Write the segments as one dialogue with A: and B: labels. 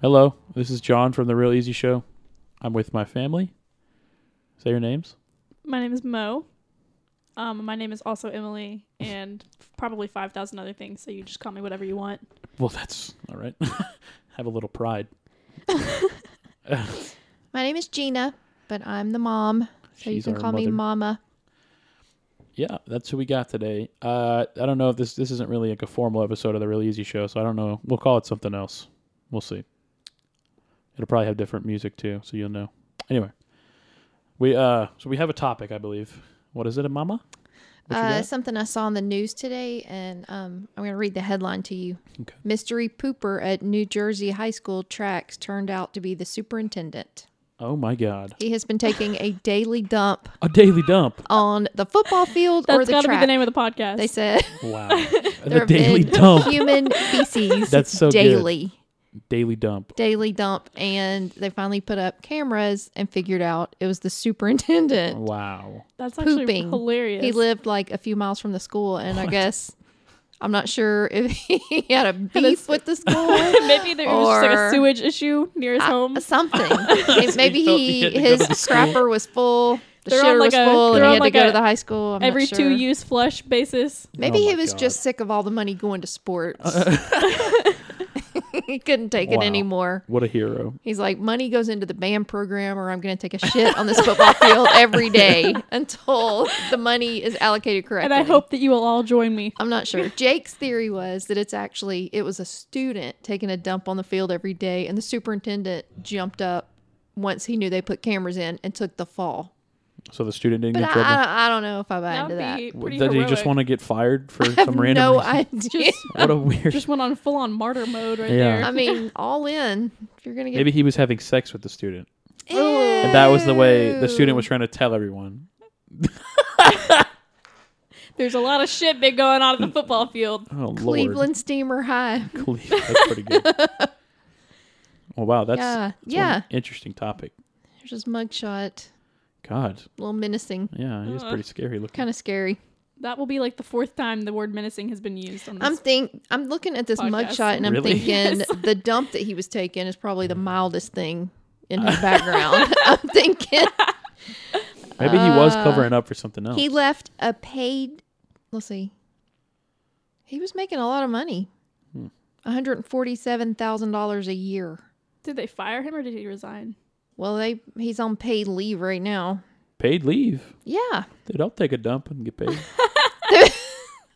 A: Hello, this is John from The Real Easy Show. I'm with my family. Say your names.
B: My name is Mo. Um, my name is also Emily, and probably five thousand other things. So you just call me whatever you want.
A: Well, that's all right. Have a little pride.
C: My name is Gina, but I'm the mom, so you
A: She's
C: can
A: our
C: call me
A: mother.
C: Mama.
A: Yeah, that's who we got today. Uh, I don't know if this this isn't really like a formal episode of the Real Easy Show, so I don't know. We'll call it something else. We'll see. It'll probably have different music too, so you'll know. Anyway, we uh, so we have a topic, I believe. What is it, Mama? What you
C: Uh,
A: got?
C: something I saw on the news today, and um, I'm going to read the headline to you.
A: Okay.
C: Mystery pooper at New Jersey high school tracks turned out to be the superintendent.
A: oh my God,
C: He has been taking a daily dump
A: a daily dump.
C: on the football field or
B: That's
C: the
B: got to be
C: track.
B: the name of the podcast.
C: They said
A: Wow,
C: there
A: the
C: have
A: daily
C: been
A: dump.
C: human feces
A: That's so good.
C: daily.
A: daily dump.
C: Daily dump, and they finally put up cameras and figured out it was the superintendent.
A: Wow.
B: That's actually
C: pooping.
B: hilarious.
C: He lived like a few miles from the school, and I guess I'm not sure if he had a beef with the school.
B: Maybe there was just like a
C: Or-
B: sewage issue near his home.
C: Uh, Something. It- Maybe
A: he felt he
C: he,
A: had to go to the
C: his
A: school.
C: scrapper was full, the
B: They're on,
C: shitter
B: like,
C: was
B: a-
C: full, and
B: they're
C: he
B: on,
C: had
B: like,
C: to go
B: a-
C: to the high school. I'm not
B: Every
C: sure.
B: two use flush basis.
C: Maybe
A: Oh
C: he
A: my
C: was
A: God. Uh,
C: just sick of all the money going to sports. he couldn't take
A: Wow.
C: it anymore.
A: What a hero.
C: He's like, money goes into the band program, or I'm going to take a shit on this football field every day until the money is allocated
B: And
C: correctly.
B: I hope that you will all join me.
C: I'm not sure. Jake's theory was that it's actually it was a student taking a dump on the field every day, and the superintendent jumped up once he knew they put cameras in and took the fall.
A: So the student didn't
C: But
A: get in
C: I,
A: trouble.
C: I, I don't know if I buy
B: That
C: into
B: would
C: that.
B: be
A: W-
B: pretty
A: Did he just
B: heroic.
A: want to get fired for
C: I have
A: some random
C: no
A: reason?
C: idea.
B: Just-
A: What a weird.
B: Just went on full on martyr mode right
A: Yeah.
B: there.
C: I mean, all in. If you're gonna get
A: Maybe he was having sex with the student. And that was the way the student was
C: Ew.
A: trying to tell everyone.
B: There's a lot of shit been going on at the football field.
A: Oh, Lord.
C: Cleveland Steamer High.
A: Cleveland. That's pretty good. well, wow. That's,
C: yeah,
A: that's one
C: yeah.
A: interesting topic.
C: There's his mugshot,
A: God.
C: a little menacing,
A: Yeah, he's
B: Uh.
A: pretty scary looking.
C: kind of scary.
B: That will be like the fourth time the word menacing has been used on this.
C: I'm think I'm looking at this
B: Podcast.
C: mugshot and I'm
A: Really? Mm.
C: thinking
B: Yes.
C: the dump that he was taking is probably the mildest thing in his background. I'm thinking
A: Maybe he was
C: Uh,
A: covering up for something else.
C: he left a paid. Let's see. He was making a lot of money.
A: Hmm.
C: One hundred forty-seven thousand dollars a year.
B: did they fire him or did he resign?
C: Well, they he's on paid leave right now.
A: paid leave.
C: Yeah,
A: Dude, I'll take a dump and get paid.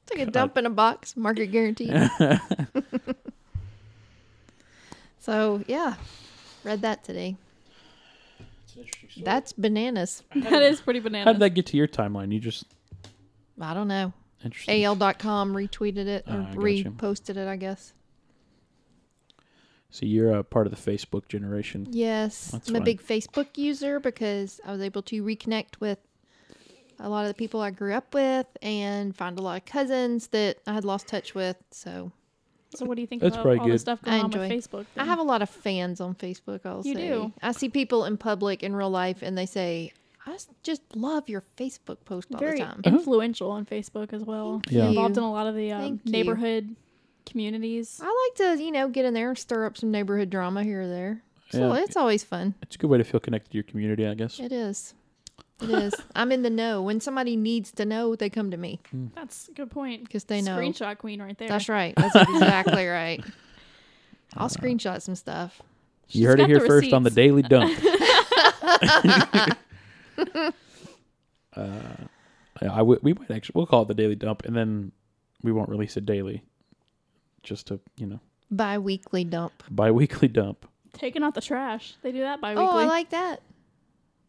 C: took a dump in a box, market guaranteed. so yeah, read that today. That's bananas.
B: That is pretty
A: How did
B: bananas.
A: that get to your timeline? You just.
C: I don't know.
A: Interesting.
C: AL.com retweeted it
A: Ah,
C: or
A: I gotcha.
C: reposted it, I guess.
A: So you're a part of the Facebook generation.
C: Yes.
A: That's
C: I'm
A: fine.
C: a big Facebook user because I was able to reconnect with a lot of the people I grew up with and find a lot of cousins that I had lost touch with. So
B: so what do you think
A: That's
B: about all
A: probably
B: the
A: good.
B: stuff
C: I
B: going on with
C: enjoy.
B: Facebook?
C: I
B: then?
C: have a lot of fans on Facebook, I'll
B: You
C: say.
B: do.
C: I see people in public in real life and they say, I s- just love your Facebook post all
B: very
C: the time.
B: influential on Facebook as well.
A: Uh-huh. Yeah.
C: Thank
B: Involved
C: you.
B: in a lot of the um,
C: Thank you.
B: neighborhood communities.
C: I like to, you know, get in there and stir up some neighborhood drama here or there. So
A: Yeah.
C: it's always fun.
A: It's a good way to feel connected to your community, I guess.
C: It is. It is. I'm in the know. When somebody needs to know, they come to me
B: That's a good point.
C: because they know.
B: Screenshot queen right there.
C: That's right. That's exactly right. I'll screenshot some stuff.
B: She's
A: You heard it
B: got the
A: here first on the
B: receipts.
A: Daily Dump. uh, yeah, I w- we might actually we'll call it the Daily Dump, and then we won't release it daily, just to you know
C: Bi weekly dump.
A: bi-weekly dump.
B: Taking out the trash. They do that bi-weekly.
C: Oh, I like that.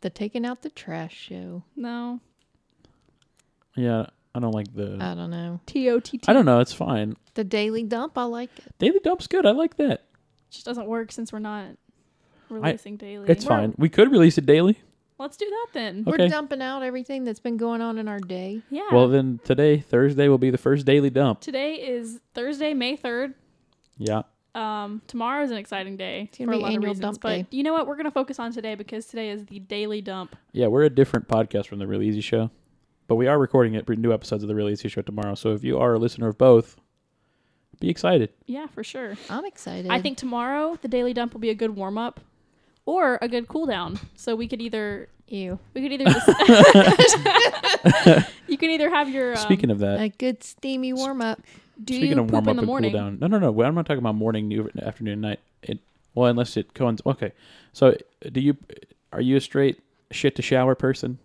C: The taking out the trash show.
B: no.
A: Yeah, I don't like the.
B: Uh,
C: I don't know.
B: T-O-T-T.
A: I don't know. It's fine.
C: The daily dump. I like it.
A: Daily Dump's good. I like that.
B: just doesn't work since we're not releasing daily.
A: It's fine. We could release it daily.
B: Let's do that then.
A: Okay.
C: We're dumping out everything that's been going on in our day.
B: Yeah.
A: Well, then today, Thursday, will be the first Daily Dump.
B: Today is Thursday, May 3rd.
A: Yeah.
B: Um, tomorrow is an exciting day
C: gonna be annual dump
B: but
C: day.
B: you know what? We're gonna focus on today because today is the daily dump.
A: Yeah, we're a different podcast from the Real Easy Show, but we are recording it new episodes of the Real Easy Show tomorrow. So if you are a listener of both, Be excited.
B: Yeah, for sure.
C: I'm excited.
B: I think tomorrow the daily dump will be a good warm up or a good cool down. So we could either
C: you
B: we could either just, you can either have your um,
A: Speaking of that,
C: a good steamy warm up.
B: do
A: Speaking
B: you
A: of
B: poop
A: warm
B: in
A: up and
B: the
A: cool
B: morning.
A: down. No, no, no. well, I'm not talking about morning, new, afternoon, night. It, well, unless it coincides. Okay. So, uh, do you are you a straight shit to shower person?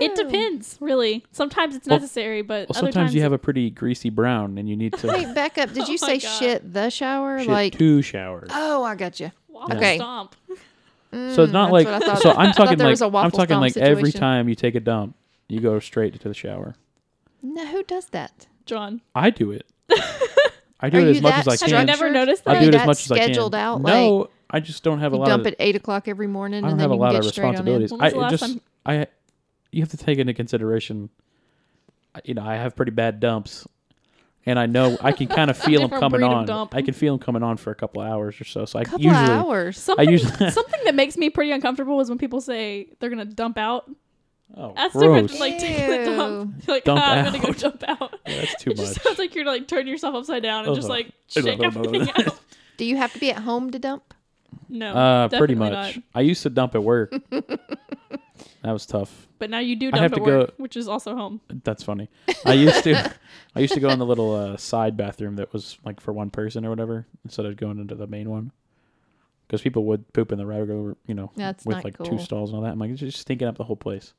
B: It depends, really. Sometimes it's
A: Well-
B: necessary, but
A: Well,
B: other
A: sometimes
B: times
A: you have a pretty greasy brown, and you need to
C: Wait, back up. Did you
B: Oh my
C: say
B: God.
C: shit the shower?
A: shit
C: like
A: to shower.
C: oh, I got you.
B: waffle
C: Okay.
B: stomp.
A: so it's not
C: Mm, that's
A: like.
C: what I thought.
A: So I'm
C: I thought
A: talking
C: there
A: like
C: was a
A: I'm
C: waffle
A: talking
C: stomp
A: like every
C: situation.
A: time you take a dump, you go straight to the shower.
C: No, who does that?
B: John,
A: I do it. I do
C: Are
A: it
C: you
A: as much as
C: that
A: I
B: have you
A: can.
C: structured?
B: never noticed
A: I
C: Are
B: that?
A: do
C: you
A: it as
C: that
A: much as I can.
C: scheduled out?
A: no, I just don't have a
C: You
A: lot
C: dump
A: of.
C: at eight o'clock every morning,
A: I don't
C: and then
A: have a
C: you
A: lot
C: can
A: of
C: get straight on in.
A: responsibilities.
B: When
A: I
B: was the
A: it
B: last
A: just
B: time-
A: I you have to take into consideration. I- You know, I have pretty bad dumps, and I know I can kind of feel them
B: Different
A: coming
B: breed of
A: on.
B: dump.
A: I can feel them coming on for a couple of hours or so. So I
C: Couple
A: usually
C: hours.
B: Something,
A: usually-
B: something that makes me pretty uncomfortable is when people say they're gonna dump out.
A: oh
B: That's different.
A: gross,
B: Just like taking the dump, You're like
A: Dump
B: "Ah, I'm gonna go
A: out."
B: jump out.
A: Yeah, that's too
B: It just
A: much. Oh,
B: sounds like you're like turn yourself upside down and just
A: Ugh.
B: like shake everything out.
C: Do you have to be at home to dump?
B: No,
A: Uh, pretty
B: definitely
A: much.
B: not.
A: I used to dump at work. that was tough.
B: But now you do
A: I have
B: dump at
A: to go-
B: work, which is also home.
A: That's funny. I used to, I used to go in the little uh, side bathroom that was like for one person or whatever, instead of going into the main one, because people would poop in the regular, you know,
C: That's
A: with
C: not
A: like two
C: cool.
A: stalls and all that. I'm like, it's just stinking up the whole place.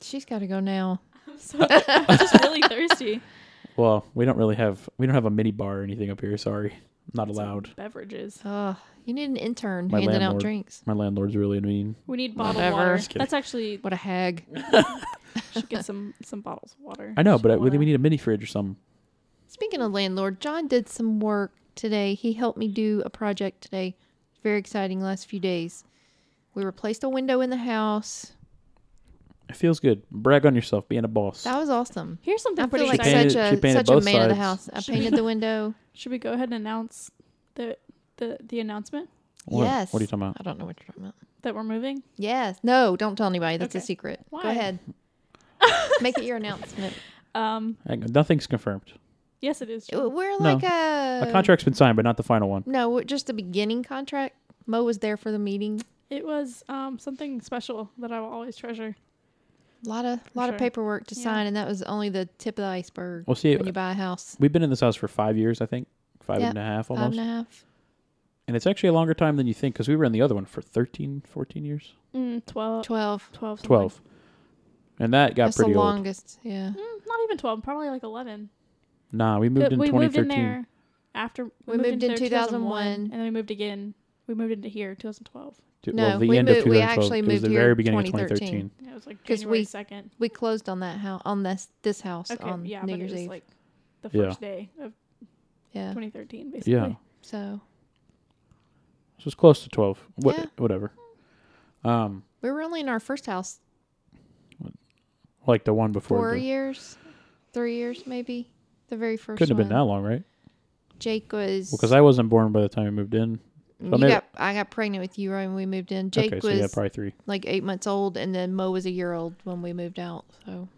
C: She's got to go now.
B: I'm so I'm just really thirsty.
A: Well, we don't really have, we don't have a mini bar or anything up here. Sorry, not allowed.
B: Beverages.
C: Oh, you need an intern
A: My
C: handing
A: landlord.
C: out drinks.
A: My landlord's really mean.
B: We need bottled
C: Whatever.
B: water.
A: Just kidding.
B: That's actually
C: What a hag.
B: should get some some bottles of water.
A: I know,
B: Should
A: but I,
B: wanna-
A: we we need a mini fridge or something.
C: Speaking of landlord, John did some work today. He helped me do a project today. Very exciting last few days. We replaced a window in the house.
A: It feels good. Brag on yourself, being a boss.
C: That was awesome.
B: Here's something
C: I
B: pretty
C: feel like
A: She painted-
B: exciting.
C: such
A: she
C: a
A: painted
C: such a man
A: both
C: of the
A: sides.
C: house. I painted the window.
B: Should we go ahead and announce the the the announcement
A: What-
C: yes.
A: What are you talking about?
C: I don't know what you're talking about.
B: that we're moving?
C: Yes. No, don't tell anybody. That's a
B: Okay.
C: secret. Go
B: Why?
C: ahead. Make it your announcement.
B: Um,
A: Hang on, Nothing's confirmed.
B: yes, it is. John.
C: We're like a
A: A contract's been signed, but not the final one.
C: No, we're- just the beginning contract. Mo was there for the meeting.
B: It was um something special that I will always treasure.
C: A lot of lot
B: sure.
C: of paperwork to
B: Yeah.
C: sign, and that was only the tip of the iceberg.
A: We'll see.
C: when you buy a house,
A: We've been in this house for five years, I think, five
C: Yeah,
A: and a half
C: five
A: almost.
C: and a half.
A: And it's actually a longer time than you think because we were in the other one for 13, 14 years,
B: Mm, 12,
C: 12.
B: 12, something.
A: 12. And that got
C: That's the
A: pretty old.
C: longest. Yeah.
B: Mm, not even twelve, probably like eleven.
A: nah, we moved
B: But
A: in
B: we moved
A: 2013.
B: in there after we,
C: We moved in
B: there
C: 2001.
B: and then we moved again. We moved into here 2012.
A: To-
C: No,
A: well, the
C: we
A: end of
C: moved- we
A: 2012.
C: actually
A: it was
C: moved
A: the
C: here
A: very
C: in
A: beginning of
C: 2013.
A: 2013.
B: Yeah, It was like
C: 'Cause
B: January
C: we-
B: 2nd.
C: We closed on that house on this this house
B: Okay,
C: on
B: yeah,
C: New
B: but it
C: Year's
B: was
C: Eve.
B: like the
A: Yeah.
B: first day of
C: yeah.
B: 2013, basically.
A: Yeah.
C: So
A: So it's close to 12. What,
C: Yeah.
A: Whatever. Um,
C: we were only in our first house
A: Like the one before.
C: four
A: the-
C: years, three years maybe. The very first.
A: couldn't have been
C: one.
A: that long, right?
C: Jake was
A: Because I wasn't born by the time we moved in.
C: you
A: maybe-
C: got, I got pregnant with you right when we moved in. Jake
A: okay, so
C: was
A: yeah, probably three.
C: like eight months old, and then Mo was a year old when we moved out. So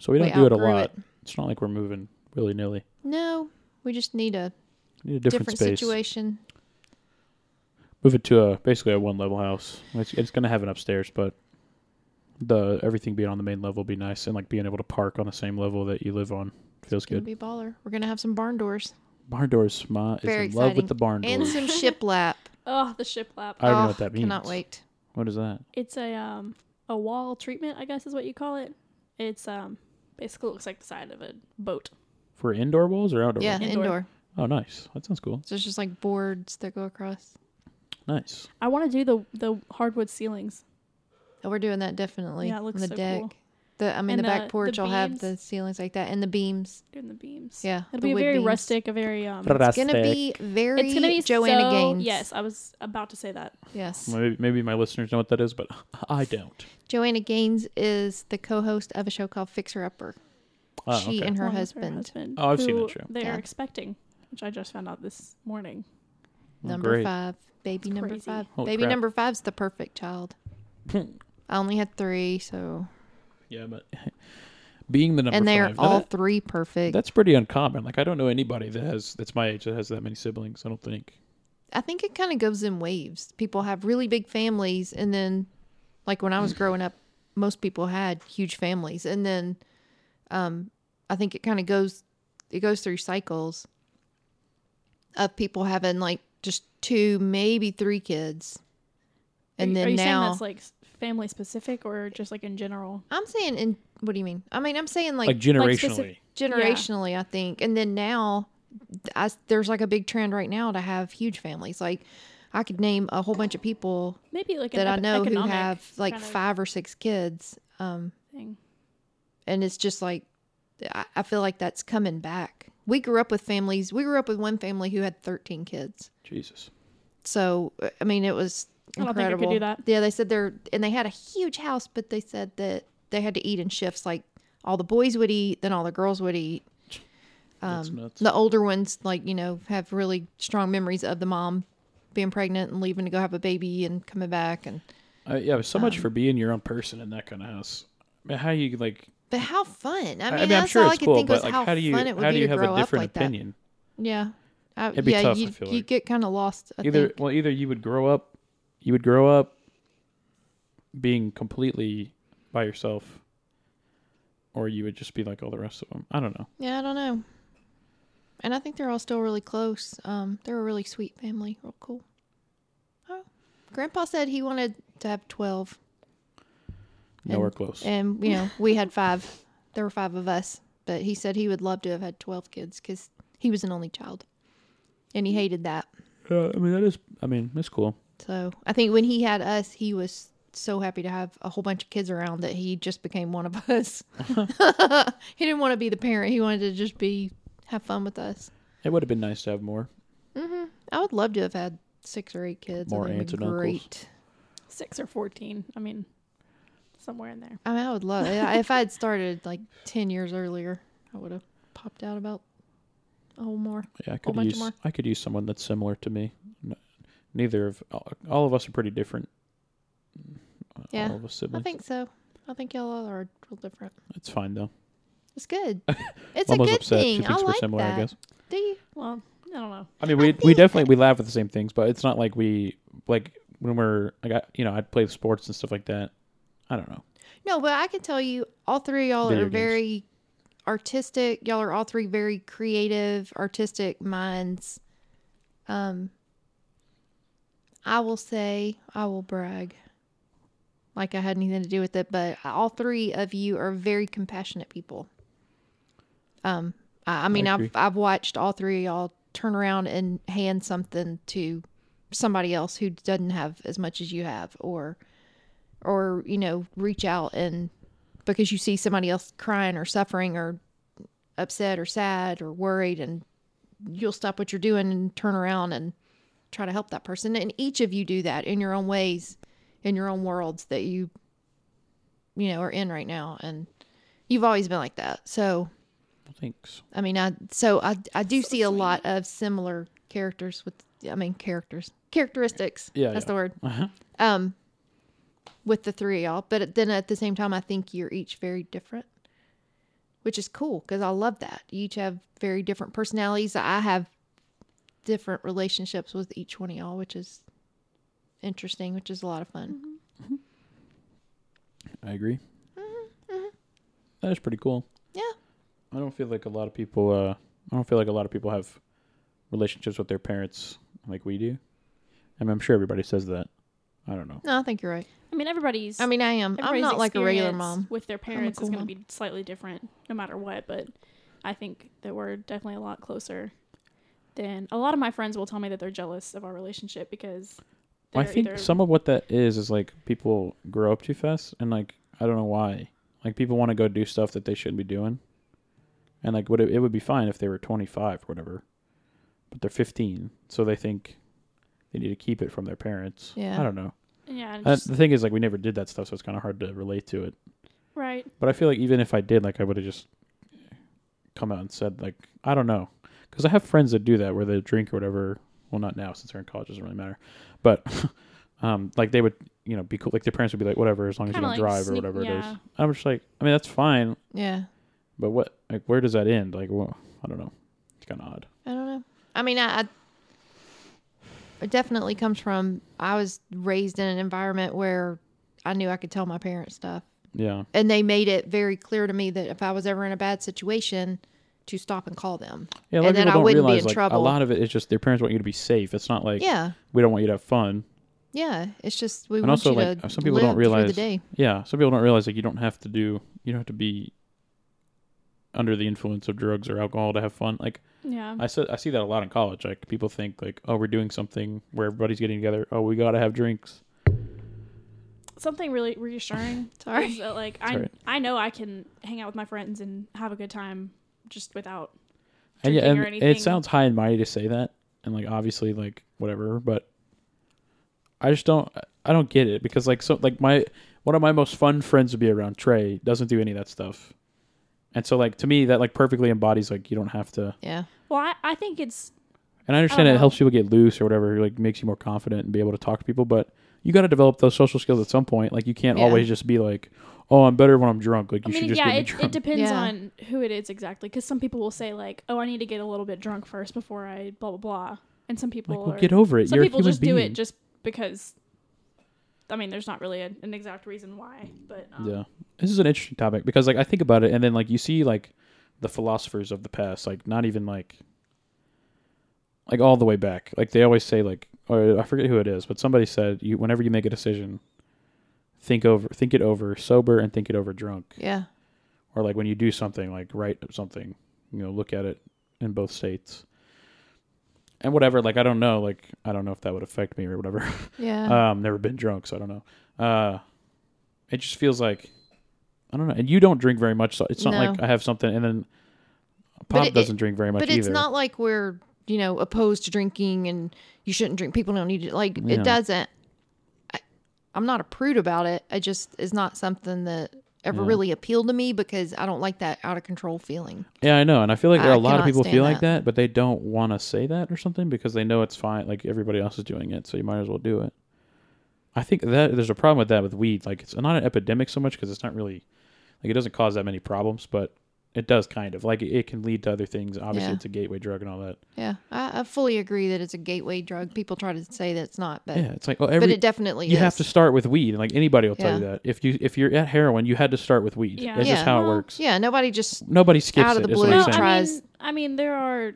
A: So we don't
C: we
A: do it a
C: outgrew
A: lot.
C: it.
A: It's not like we're moving willy nilly.
C: no, we just need a
A: We need a
C: different,
A: different, space.
C: situation.
A: move it to a basically a one level house. It's, it's gonna have an upstairs, but the everything being on the main level will be nice, and like being able to park on the same level that you live on feels
C: It's gonna
A: good.
C: be baller. We're gonna have some barn doors
A: barn doors, ma is in
C: Very
A: love with
C: exciting.
A: the barn
C: and
A: doors.
C: some shiplap.
B: Oh, the shiplap.
A: I don't even
C: Oh,
A: know what that means.
C: Cannot wait.
A: What is that?
B: It's a um a wall treatment, I guess is what you call it. It's um basically looks like the side of a boat.
A: For indoor walls or outdoor?
C: Yeah,
A: walls?
C: indoor.
B: Indoor.
A: Oh, nice. That sounds cool.
C: So it's just like boards that go across.
A: Nice.
B: I want to do the the hardwood ceilings.
C: Oh, we're doing that definitely.
B: Yeah, it looks
C: on the
B: so
C: deck.
B: cool.
C: The I mean
B: And uh,
C: the
B: the-
C: back
B: the
C: porch will have the
B: beams.
C: ceilings like that and the beams.
B: Doing the beams.
C: Yeah,
B: It'll
C: the
B: be a
C: wood
B: very
C: beams.
B: rustic, a very um
C: It's gonna be very
B: It's gonna be
C: Joanna
B: so,
C: Gaines.
B: Yes, I was about to say that.
C: Yes.
A: Maybe, maybe my listeners know what that is, but I don't.
C: Joanna Gaines is the co-host of a show called Fixer Upper.
A: Oh,
C: she
A: okay.
C: and her
B: Along with
C: husband,
A: Oh, I've seen
B: who
A: that show.
B: They're
C: Yeah.
B: expecting, which I just found out this morning.
A: Oh,
C: number
A: great.
C: five, baby
B: That's
C: number
B: crazy.
C: five.
A: Holy
C: baby
A: crap.
C: number five's the perfect child. I only had three, so
A: Yeah, but being the number
C: and they're
A: five. Now
C: all
A: that-
C: three perfect.
A: that's pretty uncommon. Like I don't know anybody that has that's my age that has that many siblings. I don't think.
C: I think it kind of goes in waves. People have really big families, and then, like when I was growing up, most people had huge families, and then, um, I think it kind of goes, it goes through cycles of people having like just two, maybe three kids, and
B: are,
C: then
B: are you
C: now
B: saying that's like family specific or just like in general?
C: I'm saying, in what do you mean? I mean, I'm saying
A: Like,
C: like,
A: generationally,
B: specific-
C: generationally, I think, and then now, I, there's like a big trend right now to have huge families. Like, I could name a whole bunch of people
B: Maybe like
C: that
B: an
C: I
B: ep-
C: know who
B: economic
C: have like
B: kind of
C: five or six kids. Um,
B: thing.
C: and it's just like, I, I feel like that's coming back. We grew up with families. We grew up with one family who had 13 kids.
A: Jesus.
C: So, uh, I mean, it was
B: I don't think I could
C: incredible.
B: do that.
C: Yeah, they said they're, and they had a huge house, but they said that they had to eat in shifts. Like all the boys would eat, then all the girls would eat.
A: That's
C: Um,
A: nuts.
C: the older ones, like, you know, have really strong memories of the mom being pregnant and leaving to go have a baby and coming back. And,
A: Uh, yeah, but so
C: um,
A: much for being your own person in that kind of house. I mean, how you like?
C: But how fun! I
A: I
C: mean,
A: I mean, I'm
C: that's
A: sure
C: all I
A: it's
C: could
A: cool,
C: think was
A: but like,
C: how,
A: how do you
C: fun it would
A: how
C: be
A: do you
C: to
A: have
C: grow
A: a different
C: up like
A: opinion?
C: that. Yeah, I,
A: It'd be
C: yeah,
A: tough, I
C: you
A: feel
C: you
A: like.
C: get kind of lost. I
A: Either
C: think.
A: well, either you would grow up, you would grow up being completely by yourself, or you would just be like all the rest of them. I don't know.
C: yeah, I don't know. And I think they're all still really close. Um, they're a really sweet family, real cool. Oh, Grandpa said he wanted to have twelve,
A: Nowhere close.
C: and you know we had five. There were five of us, but he said he would love to have had twelve kids because he was an only child, and he hated that.
A: Uh, I mean, that is. I mean, that's cool.
C: So I think when he had us, he was so happy to have a whole bunch of kids around that he just became one of us. he didn't want to be the parent. He wanted to just be have fun with us.
A: It would have been nice to have more.
C: I would love to have had six or eight kids. I
A: More
C: think
A: aunts
C: it'd be
A: and uncles.
B: six or fourteen. I mean, somewhere in there.
C: I mean, I would love I- if I had started like ten years earlier. I would have popped out about a whole more.
A: Yeah, I could
C: bunch
A: use.
C: more.
A: I could use someone that's similar to me. N- Neither of all of us are pretty different.
C: Yeah,
A: all of us
C: I
A: siblings.
C: think so. I think y'all all are real different.
A: it's fine though.
C: It's good. It's a
A: Mama's
C: good
A: upset. She
C: thing. I
A: thinks we're
C: like
A: similar.
C: that.
A: I guess.
C: Do you?
B: Well, I don't know.
A: I mean, we we
C: think-
A: definitely we laugh at the same things, but it's not like we like when we're like I you know I'd play sports and stuff like that. I don't know.
C: No, but I can tell you, all three of y'all
A: Video
C: are
A: games.
C: very artistic. Y'all are all three very creative, artistic minds. Um, I will say, I will brag, like I had anything to do with it, but all three of you are very compassionate people. Um, I, I mean, I
A: agree.
C: have I've watched all three of y'all turn around and hand something to somebody else who doesn't have as much as you have, or or you know reach out and because you see somebody else crying or suffering or upset or sad or worried and you'll stop what you're doing and turn around and try to help that person and each of you do that in your own ways in your own worlds that you you know are in right now and you've always been like that so
A: Thanks.
C: i mean i so i i do see a lot of similar characters with i mean characters characteristics
A: Yeah,
C: that's
A: yeah.
C: the word
A: Uh-huh.
C: um with the three of y'all but then at the same time i think you're each very different which is cool because i love that you each have very different personalities i have different relationships with each one of y'all which is interesting which is a lot of
B: Mm-hmm.
C: fun
A: I agree. That is pretty cool.
C: yeah
A: I don't feel like a lot of people. Uh, I don't feel like a lot of people have relationships with their parents like we do. I mean, I'm sure everybody says that. I don't know.
C: no i think you're right
B: I mean, everybody's.
C: i mean i am i'm
B: everybody's
C: not like a regular
B: experience
C: mom
B: with their parents
C: cool
B: is going
C: mom.
B: to be slightly different no matter what but i think that we're definitely a lot closer than a lot of my friends will tell me that they're jealous of our relationship because
A: Well, I
B: they're
A: think
B: either-
A: some of what that is is like people grow up too fast, and like I don't know why. Like people want to go do stuff that they shouldn't be doing, and like what it, it would be fine if they were 25 or whatever, but they're 15, so they think they need to keep it from their parents.
C: Yeah.
A: I don't know.
B: yeah and
A: Uh,
B: just-
A: the thing is, like we never did that stuff, so it's kind of hard to relate to it.
B: right
A: But I feel like even if I did, like I would have just come out and said, like I don't know, because I have friends that do that where they drink or whatever. Well, not now since they're in college, doesn't really matter. But um, like they would, you know, be cool. Like their parents would be like, whatever, as long as you
B: Kinda
A: don't
B: like
A: drive or
B: sneak-
A: whatever it
B: yeah.
A: is. I'm just like, I mean, that's fine.
C: yeah
A: But what, like, where does that end? Like, well, I don't know. It's kind of odd.
C: I don't know. I mean, I, I it definitely comes from I was raised in an environment where I knew I could tell my parents stuff,
A: Yeah.
C: and they made it very clear to me that if I was ever in a bad situation, to stop and call them.
A: Yeah. A lot
C: And
A: of
C: then
A: people
C: I
A: don't
C: wouldn't be
A: realize
C: in
A: like a
C: trouble.
A: lot of it is just their parents want you to be safe. It's not like
C: Yeah,
A: we don't want you to have fun.
C: yeah. It's just we
A: And
C: want
A: also,
C: you
A: like,
C: to
A: some people
C: live
A: don't
C: through the
A: realize-
C: day.
A: Yeah. Some people don't realize like you don't have to do you don't have to be under the influence of drugs or alcohol to have fun. Like
B: Yeah.
A: I said I see that a lot in college. Like people think like, oh, we're doing something where everybody's getting together. Oh, we gotta have drinks.
B: Something really reassuring
C: Sorry.
B: is that like I
A: all right.
B: I know I can hang out with my friends and have a good time just without
A: And yeah,
B: drinking
A: and
B: or
A: and it
B: anything.
A: sounds high and mighty to say that, and like obviously like whatever, but I just don't I don't get it because like so like my one of my most fun friends to be around Trey doesn't do any of that stuff, and so like to me that like perfectly embodies like you don't have to.
C: Yeah,
B: Well, I, I think it's
A: And I understand
B: don't
A: it
B: know.
A: helps people get loose or whatever, like makes you more confident and be able to talk to people, but you got to develop those social skills at some point. Like you can't
C: Yeah.
A: always just be like, "Oh, I'm better when I'm drunk." Like you
B: I
A: should
B: mean,
A: just
B: yeah,
A: get me
B: it,
A: drunk.
B: it depends
C: Yeah.
B: on who it is exactly. Because some people will say like, "Oh, I need to get a little bit drunk first before I blah blah blah," and some people
A: like, well,
B: are,
A: get over it.
B: some
A: You're
B: people
A: a human
B: just
A: being.
B: do it just because. I mean, there's not really a, an exact reason why, but um,
A: yeah, this is an interesting topic because like I think about it, and then like you see like the philosophers of the past, like not even like like all the way back. Like they always say like, or I forget who it is, but somebody said, "You whenever you make a decision, think over, think it over sober, and think it over drunk."
C: yeah,
A: or like when you do something like write something you know look at it in both states and whatever like i don't know like i don't know if that would affect me or whatever
C: Uh-huh. yeah.
A: um never been drunk so i don't know uh it just feels like i don't know and you don't drink very much so it's not
C: No.
A: like i have something and then
C: But
A: pop
C: it-
A: doesn't drink very much
C: but
A: either
C: it's not like we're you know opposed to drinking and you shouldn't drink people don't need it like
A: Yeah.
C: it doesn't I, i'm not a prude about it i just is not something that ever
A: Yeah.
C: really appealed to me because i don't like that out of control feeling
A: yeah i know and i feel like there
C: I
A: are a lot of
C: cannot
A: people
C: stand
A: feel like
C: that.
A: that but they don't want to say that or something because they know it's fine like everybody else is doing it so you might as well do it I think that there's a problem with that with weed. Like it's not an epidemic so much because it's not really like it doesn't cause that many problems, but it does kind of like it, it can lead to other things. Obviously,
C: Yeah.
A: it's a gateway drug and all that.
C: yeah I, I fully agree that it's a gateway drug people try to say that it's not but
A: Yeah, it's like oh,
C: but
A: every
C: it definitely
A: you
C: is
A: have to start with weed, and like anybody will tell you
C: Yeah.
A: that if you if you're at heroin, you had to start with weed.
B: Yeah.
A: That's just
C: Yeah.
A: how it
B: Well,
A: works.
C: yeah nobody just
A: Nobody skips
C: Out of
A: it.
C: the
A: Is
C: blue,
A: what I'm
B: no,
A: saying.
B: I
C: tries-
B: mean, I mean, there are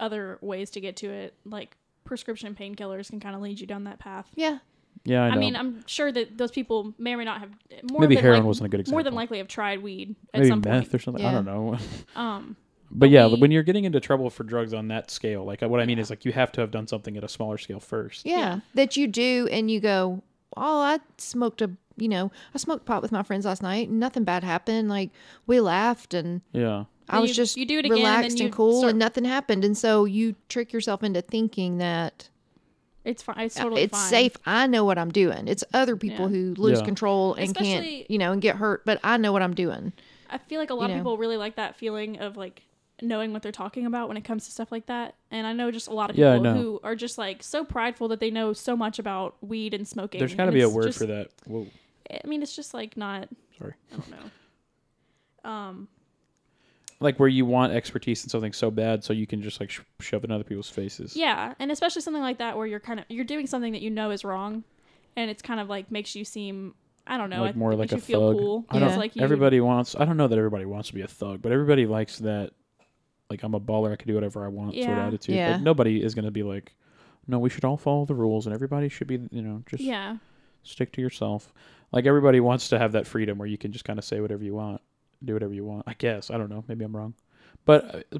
B: other ways to get to it. Like prescription painkillers can kind of lead you down that path.
C: yeah
A: yeah, I,
B: I,
A: know.
B: mean, I'm sure that those people may or may not have more
A: maybe
B: than
A: heroin
B: like-
A: wasn't a good example.
B: more than likely have tried weed at
A: maybe
B: some
A: meth
B: point.
A: or something. I
C: Yeah.
A: don't know.
B: Um,
A: but yeah,
B: we-
A: when you're getting into trouble for drugs on that scale, like what I mean is like you have to have done something at a smaller scale first.
C: yeah,
B: Yeah.
C: that you do and you go oh i smoked a you know i smoked pot with my friends last night and nothing bad happened like we laughed and
A: yeah.
C: I
B: Then
C: was
B: you-
C: just
B: you do it again, and then
C: relaxed and,
B: you
C: cool,
B: start-
C: and nothing happened. And so you trick yourself into thinking that
B: it's fine. It's totally
C: it's
B: fine.
C: safe. I know what I'm doing. It's other people
B: Yeah.
C: who lose
A: Yeah.
C: control and
B: Especially-
C: can't, you know, and get hurt. But I know what I'm doing.
B: I feel like a lot of
C: you know.
B: people really like that feeling of like knowing what they're talking about when it comes to stuff like that. And I know just a lot of
A: Yeah, I
B: people
A: know.
B: who are just like so prideful that they know so much about weed and smoking.
A: There's got to
B: and
A: be a
B: it's
A: word
B: just-
A: for that. Whoa.
B: I mean, it's just like not.
A: Sorry.
B: I don't know. Um,
A: like where you want expertise in something so bad so you can just like sh- shove it in other people's faces
B: Yeah, and especially something like that where you're kind of you're doing something that you know is wrong, and it's kind of like makes you seem I don't know
A: like
B: it
A: more
B: makes
A: like
B: you
A: a
B: feel
A: thug
B: cool.
A: i
C: Yeah.
A: don't
B: It's like you,
A: everybody wants i don't know that everybody wants to be a thug but everybody likes that like i'm a baller i can do whatever i want sort of
B: Yeah.
A: attitude
C: Yeah.
A: like nobody is going to be like no we should all follow the rules and everybody should be you know just
B: yeah,
A: stick to yourself like everybody wants to have that freedom where you can just kind of say whatever you want do whatever you want i guess i don't know maybe i'm wrong but uh,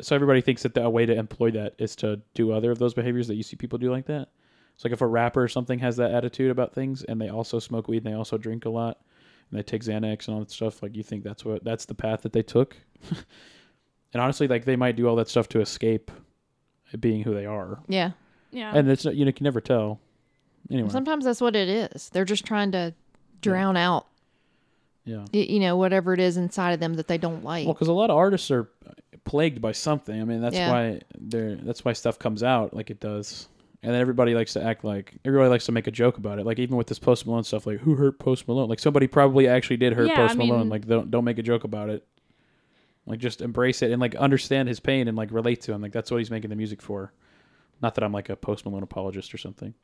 A: so everybody thinks that the, a way to employ that is to do other of those behaviors that you see people do like that so like if a rapper or something has that attitude about things and they also smoke weed and they also drink a lot and they take xanax and all that stuff like you think that's what that's the path that they took and honestly like they might do all that stuff to escape being who they are
C: Yeah.
B: yeah.
A: and it's not- you, know, you can never tell anyway
C: Sometimes that's what it is. They're just trying to drown out,
A: yeah
C: y- you know, whatever it is inside of them that they don't like.
A: Well, because a lot of artists are plagued by something. I mean, that's
C: Yeah.
A: why they're that's why stuff comes out like it does, and then everybody likes to act like everybody likes to make a joke about it. Like even with this Post Malone stuff, like who hurt Post Malone? Like somebody probably actually did hurt
B: Yeah,
A: Post
B: I
A: Malone.
B: mean-
A: like don't don't make a joke about it. Like just embrace it and like understand his pain and like relate to him. Like that's what he's making the music for. Not that I'm like a post Malone apologist or something,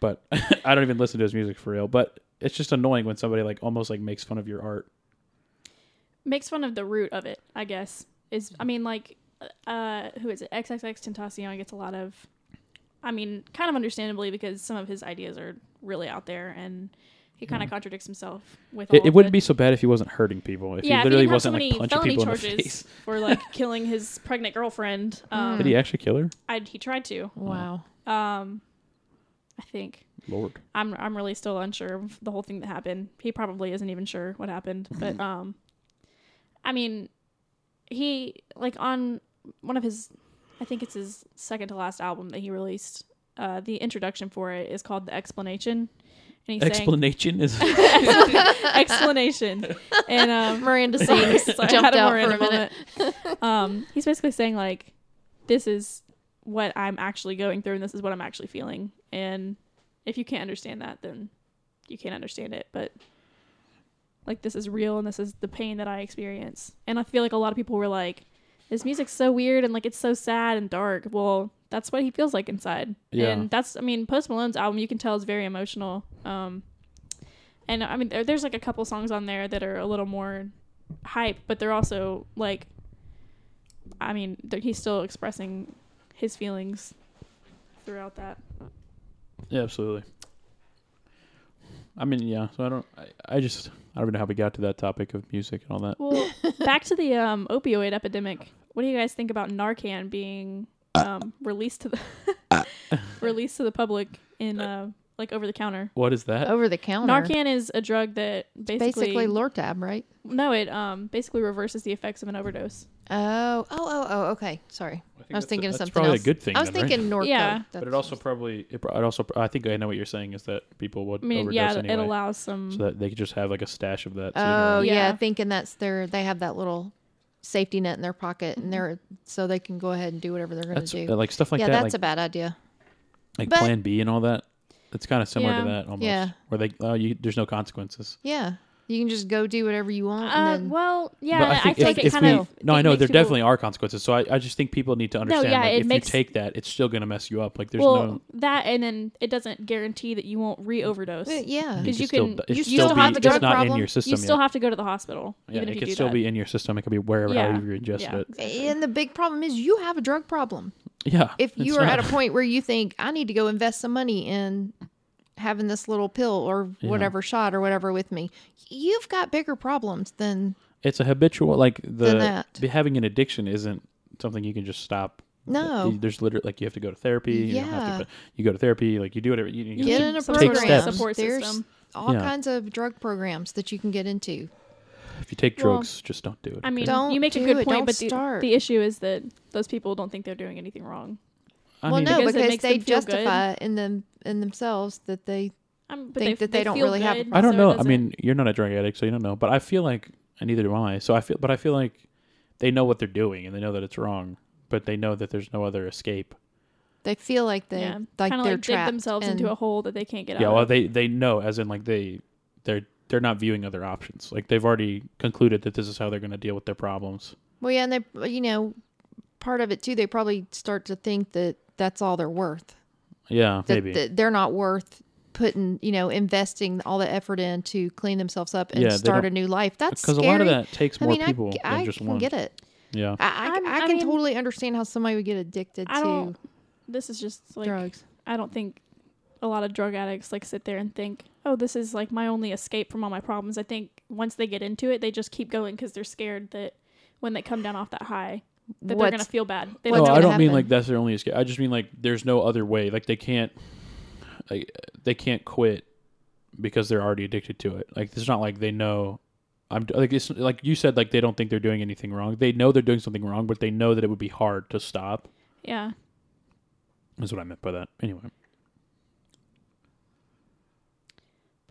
A: but I don't even listen to his music for real. But it's just annoying when somebody like almost like makes fun of your art.
B: makes fun of the root of it, I guess. Is I mean, like, uh, who is it? XXX Tentacion gets a lot of, I mean, kind of understandably because some of his ideas are really out there, and he kind of contradicts himself with.
A: Mm-hmm. It,
B: all
A: it
B: of
A: wouldn't
B: it.
A: be so bad if he wasn't hurting people. If
B: yeah,
A: he literally
B: if he didn't
A: wasn't
B: have so
A: like
B: many
A: punching
B: felony
A: people in the
B: charges
A: face.
B: for like killing his pregnant girlfriend. Um,
A: Did he actually kill her?
B: I, he tried to.
C: Wow.
B: Um, I think.
A: Lord.
B: I'm I'm really still unsure of the whole thing that happened. He probably isn't even sure what happened, but um, I mean, he like on one of his, I think it's his second to last album that he released. Uh, the introduction for it is called "The Explanation," and he's
A: Explanation is
B: saying "Explanation," and um,
C: Miranda
B: Sorry,
C: sings
B: I
C: jumped
B: had
C: out
B: Miranda
C: for a minute.
B: moment. um, he's basically saying like, this is what I'm actually going through, and this is what I'm actually feeling. And if you can't understand that, then you can't understand it. But like, this is real, and this is the pain that I experience. And I feel like a lot of people were like, this music's so weird, and like it's so sad and dark. Well, that's what he feels like inside.
A: Yeah.
B: And that's, I mean, Post Malone's album, you can tell is very emotional. Um, and I mean, there, there's like a couple songs on there that are a little more hype, but they're also like, I mean, they're- he's still expressing his feelings throughout that.
A: Yeah, absolutely. I mean, yeah. So I don't. I, I just. I don't even know how we got to that topic of music and all that.
B: Well, back to the um, opioid epidemic. What do you guys think about Narcan being um, released to the released to the public in uh, like over the counter?
A: What is that?
C: Over the counter.
B: Narcan is a drug that basically,
C: Basically, Lortab, right?
B: no, it um, basically reverses the effects of an overdose.
C: Oh, oh, oh, oh. Okay,
A: think
C: sorry. I was
A: that's-
C: thinking of
A: that's
C: something
A: probably a
C: else.
A: good thing
C: I was
A: then, right?
C: thinking Norco.
B: Yeah.
A: But it
C: That's-
A: also probably. It, pro- it also. I think I know what you're saying is that people would
B: I mean,
A: overdose
B: yeah,
A: anyway,
B: it allows some.
A: so that they could just have like a stash of that. sitting
C: um, Oh
A: around.
C: yeah.
B: Yeah.
C: thinking that's their they have that little safety net in their pocket and they're so they can go ahead and do whatever they're going
A: that's
C: to
A: uh,
C: do.
A: like stuff like
C: yeah,
A: that,
C: that's
A: like,
C: a bad idea.
A: like
C: but-
A: Plan B and all that. It's kind of similar
B: Yeah.
A: to that almost.
C: Yeah.
A: Where they, oh, you, there's no consequences.
C: Yeah, you can just go do whatever you want.
B: Uh,
C: and then,
B: well, yeah,
A: but I
B: I,
A: think
B: feel
A: if,
B: like it
A: if
B: kind of.
A: we, no, I
B: it
A: know
B: makes
A: there
B: people-
A: definitely are consequences. So I, I just think people need to understand.
B: yeah,
A: like,
B: it
A: if
B: makes-
A: you take that, it's still going to mess you up. Like there's
B: well
A: no.
B: that, and then it doesn't guarantee that you won't re-overdose.
C: Well, yeah,
B: because you
A: still,
B: can-
A: it
B: you
A: could
B: still
A: be,
B: have a
A: it's
B: drug
A: not in
C: problem.
A: your system.
B: you still
A: yet.
B: have to go to the hospital,
A: Yeah,
B: even
A: it
B: if you
A: could
B: do
A: still
B: that.
A: be in your system. It could be wherever
B: Yeah.
A: however you ingest
B: Yeah.
A: it.
C: and the big problem is you have a drug problem.
A: Yeah.
C: If you
A: it's
C: are
A: not-
C: at a point where you think I need to go invest some money in having this little pill or whatever shot or whatever with me, you've got bigger problems than
A: it's a habitual like the
C: Than that.
A: be- having an addiction isn't something you can just stop.
C: No.
A: You- There's literally like you have to go to therapy. You don't have
C: Yeah.
A: to, but you go to therapy. Like you do whatever you, you
B: Yeah.
C: get
B: need
C: in a
B: some sort
A: of
C: program.
A: steps.
B: support
C: There's
B: system.
C: all
A: Yeah.
C: kinds of drug programs that you can get into.
A: if you take
B: Well,
A: drugs, just don't do it.
B: I mean,
C: Don't
B: you make a
C: do
B: good
C: it.
B: point,
C: Don't
B: but the,
C: start.
B: the issue is that those people don't think they're doing anything wrong.
A: I
C: well,
A: mean,
C: no,
B: Because
C: because,
B: it makes
C: they
B: them feel good.
C: justify in them in themselves that they
B: Um, but
C: Think
B: they,
C: that they don't
B: feel
C: really have a
B: good,
A: I don't
B: so it
A: know. I
B: doesn't-
A: mean, you're not a drug addict, so you don't know. But I feel like, and neither do I. So I feel, but I feel like they know what they're doing and they know that it's wrong, but they know that there's no other escape.
C: they feel like they
B: yeah,
C: like
B: kind
C: they're
B: of like dig
C: trapped
B: themselves
C: and-
B: into a hole that they can't get
A: Yeah,
B: out.
A: well,
B: of.
A: they they know as in like they they're they're not viewing other options. Like they've already concluded that this is how they're going to deal with their problems.
C: well, yeah, and they you know part of it too. They probably start to think that that's all they're worth.
A: Yeah,
C: That,
A: maybe.
C: that they're not worth putting you know investing all the effort in to clean themselves up and
A: Yeah, they
C: start a
A: don't-
C: new life. That's
A: Because a
C: scary.
A: lot of that takes
C: I
A: more
C: mean, I-
A: people
C: I,
A: than just
C: can
A: one.
C: get it.
A: Yeah,
C: I, I,
B: I'm-
C: I
B: I
C: can
B: mean-
C: totally understand how somebody would get addicted
B: I
C: to
B: don't. This is just like
C: drugs.
B: I don't think a lot of drug addicts like sit there and think, "Oh, this is like my only escape from all my problems." I think once they get into it, they just keep going because they're scared that when they come down off that high, that they're
C: What's-
B: gonna feel bad. They
A: No,
C: What's
A: Oh, I
C: gonna
A: don't mean
C: happen?
A: like that's their only escape. I just mean like there's no other way. Like they can't, like, they can't quit because they're already addicted to it. Like it's not like they know. I'm like it's like you said like they don't think they're doing anything wrong. They know they're doing something wrong, but they know that it would be hard to stop.
B: yeah.
A: Is what I meant by that. Anyway,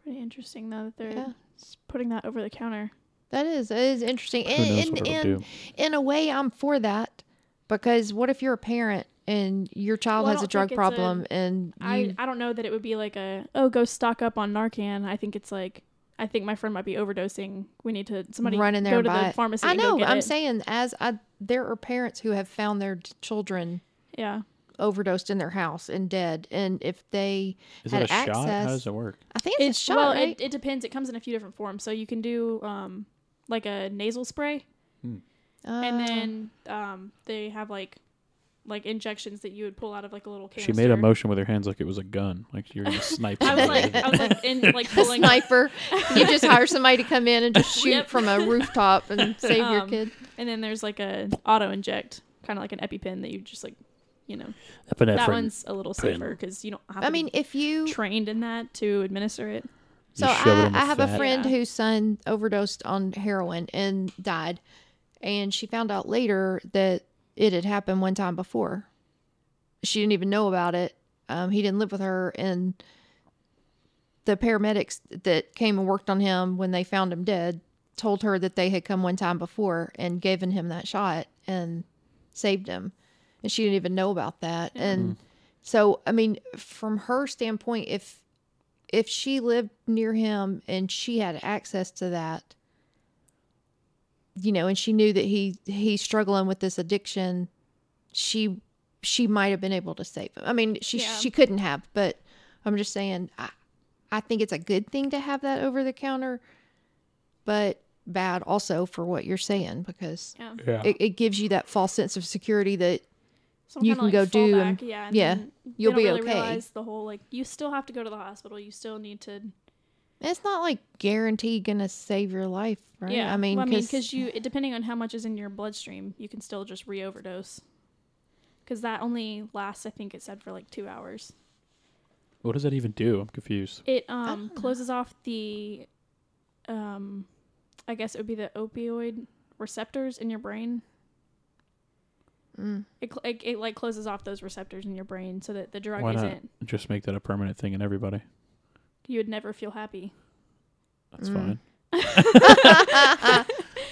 B: Pretty interesting though that they're
C: Yeah.
B: s- putting that over the counter.
C: That is that is interesting.
A: who knows
C: And,
A: what
C: and,
A: it'll
C: and
A: do?
C: in a way, I'm for that because what if you're a parent and your child
B: Well, I
C: has a
B: don't
C: drug
B: think it's
C: problem and you
B: I I don't know that it would be like a oh go stock up on Narcan. I think it's like I think my friend might be overdosing. We need to somebody
C: Run in there
B: go
C: and
B: to
C: buy
B: the
C: it.
B: pharmacy.
C: I
B: and go
C: know.
B: get
C: I'm
B: it.
C: saying as I there are parents who have found their t- children
B: yeah.
C: overdosed in their house and dead, and if they
A: Is
C: had
A: it a
C: access,
A: shot? How does it work?
C: I think it's, a shot,
B: well,
C: right?
B: it, it depends. It comes in a few different forms. So you can do um, like a nasal spray, and
C: Uh,
B: then um, they have like like injections that you would pull out of like a little
A: She
B: canister.
A: made a motion with her hands like it was a gun, like you're gonna snipe.
B: I was
A: somebody.
B: like, I was like in like
C: the
B: pulling.
C: sniper, you just hire somebody to come in and just shoot
B: Yep.
C: from a rooftop and save your
B: Um,
C: kid.
B: And then there's like a auto inject, kind of like an EpiPen that you just like, you know,
A: Epinephrine.
B: that one's a little
A: pen.
B: safer because you don't have.
C: I
B: to be
C: mean, if you
B: trained in that to administer it.
C: So
A: You shove it
C: I,
A: in the
C: I have
A: fat.
C: a friend
B: Yeah.
C: whose son overdosed on heroin and died. And she found out later that it had happened one time before. She didn't even know about it. Um, he didn't live with her. And the paramedics that came and worked on him when they found him dead told her that they had come one time before and given him that shot and saved him. And she didn't even know about that. And so, I mean, from her standpoint, if if she lived near him and she had access to that you know and she knew that he he's struggling with this addiction she she might have been able to save him i mean she
B: Yeah.
C: she couldn't have but i'm just saying i i think it's a good thing to have that over the counter but bad also for what you're saying because
B: Yeah.
A: yeah.
C: it, it gives you that false sense of security that
B: Some
C: You
B: kinda,
C: can go do
B: fallback,
C: and-
B: yeah,
C: yeah,
B: then they
C: you'll
B: don't
C: be
B: really
C: okay.
B: Realize the whole like you still have to go to the hospital. You still need to.
C: it's not like guaranteed gonna save your life right
B: Yeah,
C: i mean
B: Well, I mean,
C: 'cause-
B: because you it- depending on how much is in your bloodstream, you can still just re-overdose. Because that only lasts, I think it said, for like two hours.
A: What does that even do? I'm confused.
B: It
C: don't
B: um
C: know.
B: closes off the, um, I guess it would be the opioid receptors in your brain.
C: Mm.
B: It, cl- it, it like closes off those receptors in your brain so that the drug
A: Why not?
B: isn't.
A: Just make that a permanent thing in everybody.
B: You would never feel happy.
A: That's
C: Mm.
A: fine.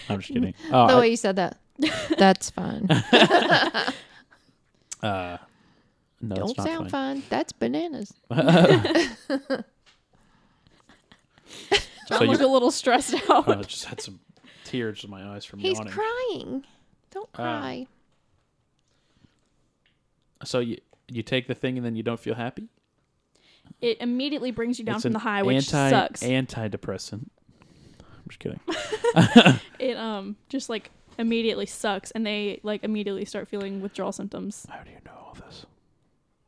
A: I'm just kidding. Oh,
C: the
A: I-
C: way you said that that's fine
A: uh, no,
C: Don't
A: it's not
C: sound
A: fine.
C: fun. That's bananas.
A: So
B: John
A: you-
B: looked a little stressed out.
A: Oh, I just had some tears in my eyes from
C: He's
A: yawning.
C: crying.
A: Uh,
C: Don't cry.
A: so you you take the thing and then you don't feel happy.
B: it immediately brings you down
A: it's
B: from
A: an
B: the high, which
A: anti,
B: sucks.
A: Antidepressant. I'm just kidding.
B: it um just like immediately sucks, and they like immediately start feeling withdrawal symptoms.
A: How do you know all this?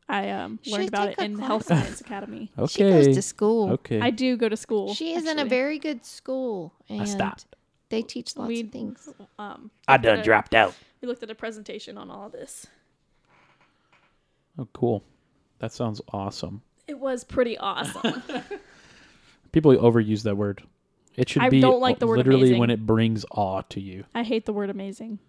B: I um
C: You
B: learned
C: should
B: about
C: take
B: it
C: a
B: in the
C: class.
B: Health Science Academy.
C: She goes
A: Okay.
C: to school.
A: okay.
B: I do go to school.
C: She is in a
B: actually.
C: very good school, and
A: stopped.
C: they teach lots
B: We-
C: of things.
B: um.
A: I
B: looked at
A: done
B: a-
A: dropped out.
B: We looked at a presentation on all this.
A: Oh, cool. That sounds awesome.
B: It was pretty awesome.
A: People overuse that word. It should
B: I
A: be
B: don't like the word
A: literally
B: amazing.
A: when it brings awe to you.
B: I hate the word amazing.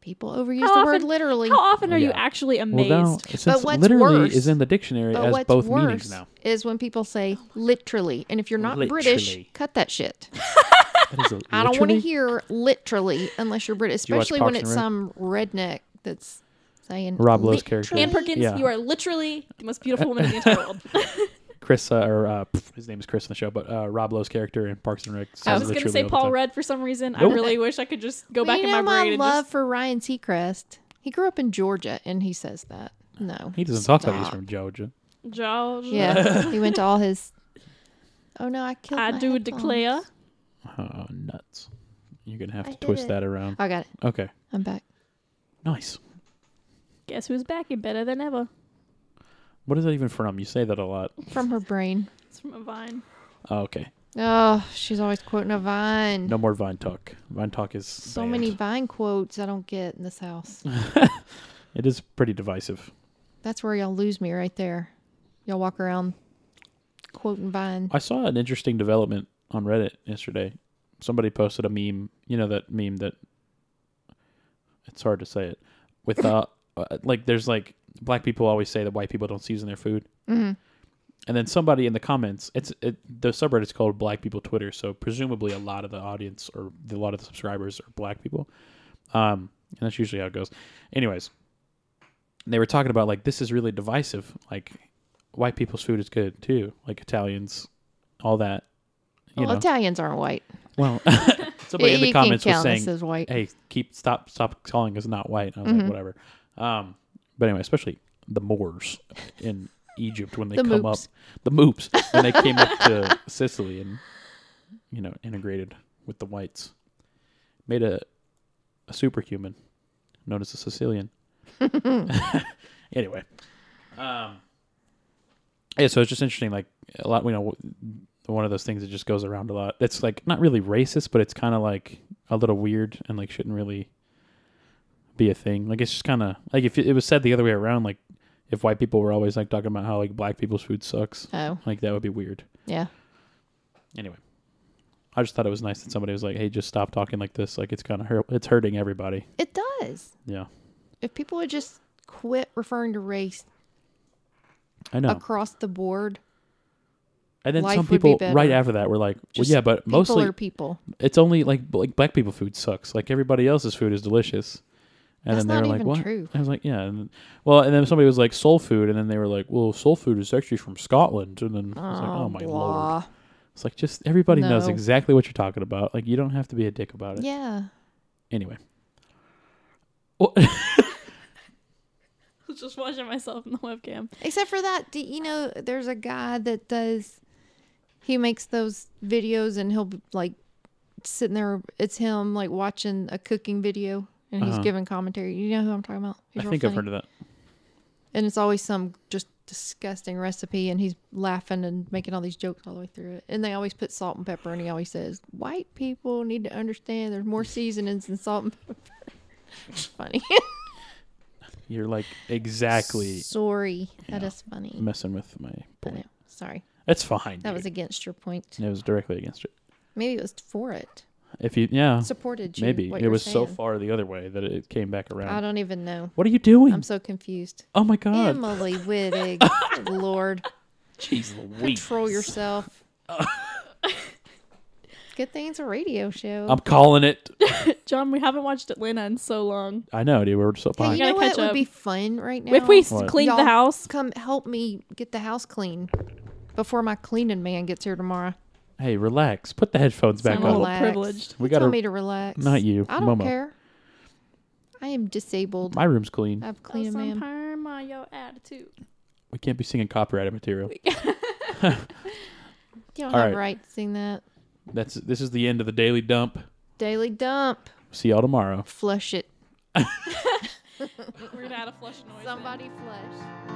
C: People overuse
B: How
C: the word
B: often-
C: literally.
B: How often are you
A: Oh, Yeah.
B: actually
A: Well,
B: amazed?
A: now, since
C: what's
A: literally
C: worse-
A: is in the dictionary
C: but
A: as
C: what's
A: both
C: worse
A: meanings now.
C: is when people say literally, and if you're not British,
A: Literally.
C: cut that shit.
A: That is a
C: I don't want to
A: literally-
C: hear literally unless you're British,
A: Do you watch
C: especially when
A: Parks
C: it's some redneck that's saying
A: Rob Lowe's character.
B: Anne
C: literally.
B: Perkins,
A: Yeah.
B: you are literally the most beautiful woman in the entire world.
A: Chris, uh, or uh, pff, his name is Chris in the show, but uh, Rob Lowe's character in Parks and Rec.
B: I
A: says
B: was gonna
A: literally
B: say
A: all the
B: Paul
A: time.
B: Rudd for some reason.
A: Nope.
B: I really wish I could just go
C: Well,
B: back
C: you
B: in
C: know
B: my brain and
C: love
B: just.
C: for Ryan Seacrest. He grew up in Georgia, and he says that. No,
A: He doesn't talk about it. He's
C: Stop.
A: from Georgia.
B: George,
C: Yeah, he went to all his. Oh no, I killed.
B: I
C: my
B: do
C: headphones.
B: declare.
A: Oh, nuts. You're going to have
C: I
A: to
C: did
A: twist
C: it.
A: that around.
C: I got it.
A: Okay.
C: I'm back.
A: Nice.
B: Guess who's back and better than ever?
A: What is that even from? You say that a lot.
C: From her brain.
B: It's from a vine.
A: Oh, okay.
C: Oh, she's always quoting a vine.
A: No more Vine Talk. Vine Talk is
C: so
A: banned.
C: many vine quotes I don't get in this house.
A: It is pretty divisive.
C: That's where y'all lose me right there. Y'all walk around quoting vine.
A: I saw an interesting development on Reddit yesterday. Somebody posted a meme. You know that meme that it's hard to say it with uh, uh like there's like black people always say that white people don't season their food.
C: Mhm.
A: And then somebody in the comments, it's it, the subreddit's called Black People Twitter, so presumably a lot of the audience or the, a lot of the subscribers are black people. Um, and that's usually how it goes. Anyways, they were talking about like this is really divisive. Like white people's food is good too, like Italians, all that. you
C: well,
A: know,
C: Italians aren't white.
A: well, somebody in
C: you
A: the comments was
C: can't count us
A: saying,
C: as white.
A: "Hey, keep stop stop calling us not white." And I was
C: Mhm.
A: like, "Whatever." Um, but anyway, especially the Moors in Egypt when they
C: The
A: come
C: Moops.
A: up, the Moops when they came up to Sicily and you know integrated with the whites, made a a superhuman known as a Sicilian. anyway, um, yeah, so it's just interesting. Like a lot, you know, one of those things that just goes around a lot. That's like not really racist, but it's kind of like a little weird and like shouldn't really be a thing. Like it's just kind of like if it was said the other way around, like if white people were always like talking about how like black people's food sucks,
C: Oh,
A: like that would be weird.
C: yeah.
A: Anyway, I just thought it was nice that somebody was like, "Hey, just stop talking like this. Like it's kind of hurt. It's hurting everybody."
C: It does.
A: Yeah,
C: If people would just quit referring to race
A: I know.
C: across the board,
A: and then
C: life
A: some
C: would be
A: people
C: better.
A: right after that were like, "Well,
C: Just
A: yeah, but
C: people
A: mostly
C: are people.
A: it's only like like black people food sucks. Like everybody else's food is delicious. And
C: That's
A: then they
C: not
A: were like,
C: even
A: "What?"
C: true.
A: I was like, "Yeah." And then, well, and then somebody was like, "Soul food," and then they were like, "Well, soul food is actually from Scotland." And then I was like, "Oh my lord!"
C: blah.
A: It's like just everybody knows
C: No.
A: exactly what you're talking about. Like you don't have to be a dick about it.
C: Yeah.
A: Anyway,
B: I was just watching myself in the webcam.
C: Except for that, do you know, there's a guy that does. He makes those videos, and he'll be, like sitting there. It's him like watching a cooking video, and he's
A: Uh-huh.
C: giving commentary. You know who I'm talking about? He's
A: I
C: real
A: think I've
C: funny.
A: heard of that.
C: And it's always some just disgusting recipe, and he's laughing and making all these jokes all the way through it. And they always put salt and pepper, and he always says, "White people need to understand there's more seasonings than salt and pepper." It's funny.
A: You're like exactly
C: Sorry, that is
A: Yeah.
C: funny.
A: messing with my
C: I know.
A: point.
C: Sorry,
A: It's fine.
C: that was
A: dude.
C: against your point.
A: it was directly against it.
C: Maybe it was for it.
A: If you yeah,
C: supported you.
A: maybe
C: what
A: it
C: you're
A: was so
C: saying.
A: far the other way that it came back
C: I
A: around.
C: don't even know.
A: What are you doing?
C: I'm so confused.
A: oh my god.
C: Emily Wittig, Good Lord,
A: Jeez Louise.
C: control yourself. Good thing it's a radio show.
A: I'm calling it.
B: John, we haven't watched Atlanta in so long.
A: I know, dude. We're so
C: hey,
A: fine.
C: you
B: Gotta
C: know what
B: catch
C: would
B: up.
C: be fun right now?
B: If we s
A: What?
B: cleaned
C: Y'all
B: the house,
C: come help me get the house clean before my cleaning man gets here tomorrow.
A: Hey, relax. Put the headphones back on.
B: I'm a little
C: Relax.
B: privileged.
A: We
C: Tell
A: got
C: me to relax.
A: Not you,
C: I don't
A: Momo.
C: care. I am disabled.
A: my room's clean.
C: I have cleaning man.
B: uh, your attitude.
A: We can't be singing copyrighted material.
C: You don't
A: All
C: have
A: right.
C: right to sing that.
A: That's this is the end of the daily dump.
C: Daily dump.
A: See y'all tomorrow.
C: Flush it.
B: We're gonna add a flush noise. in.
C: Somebody flush.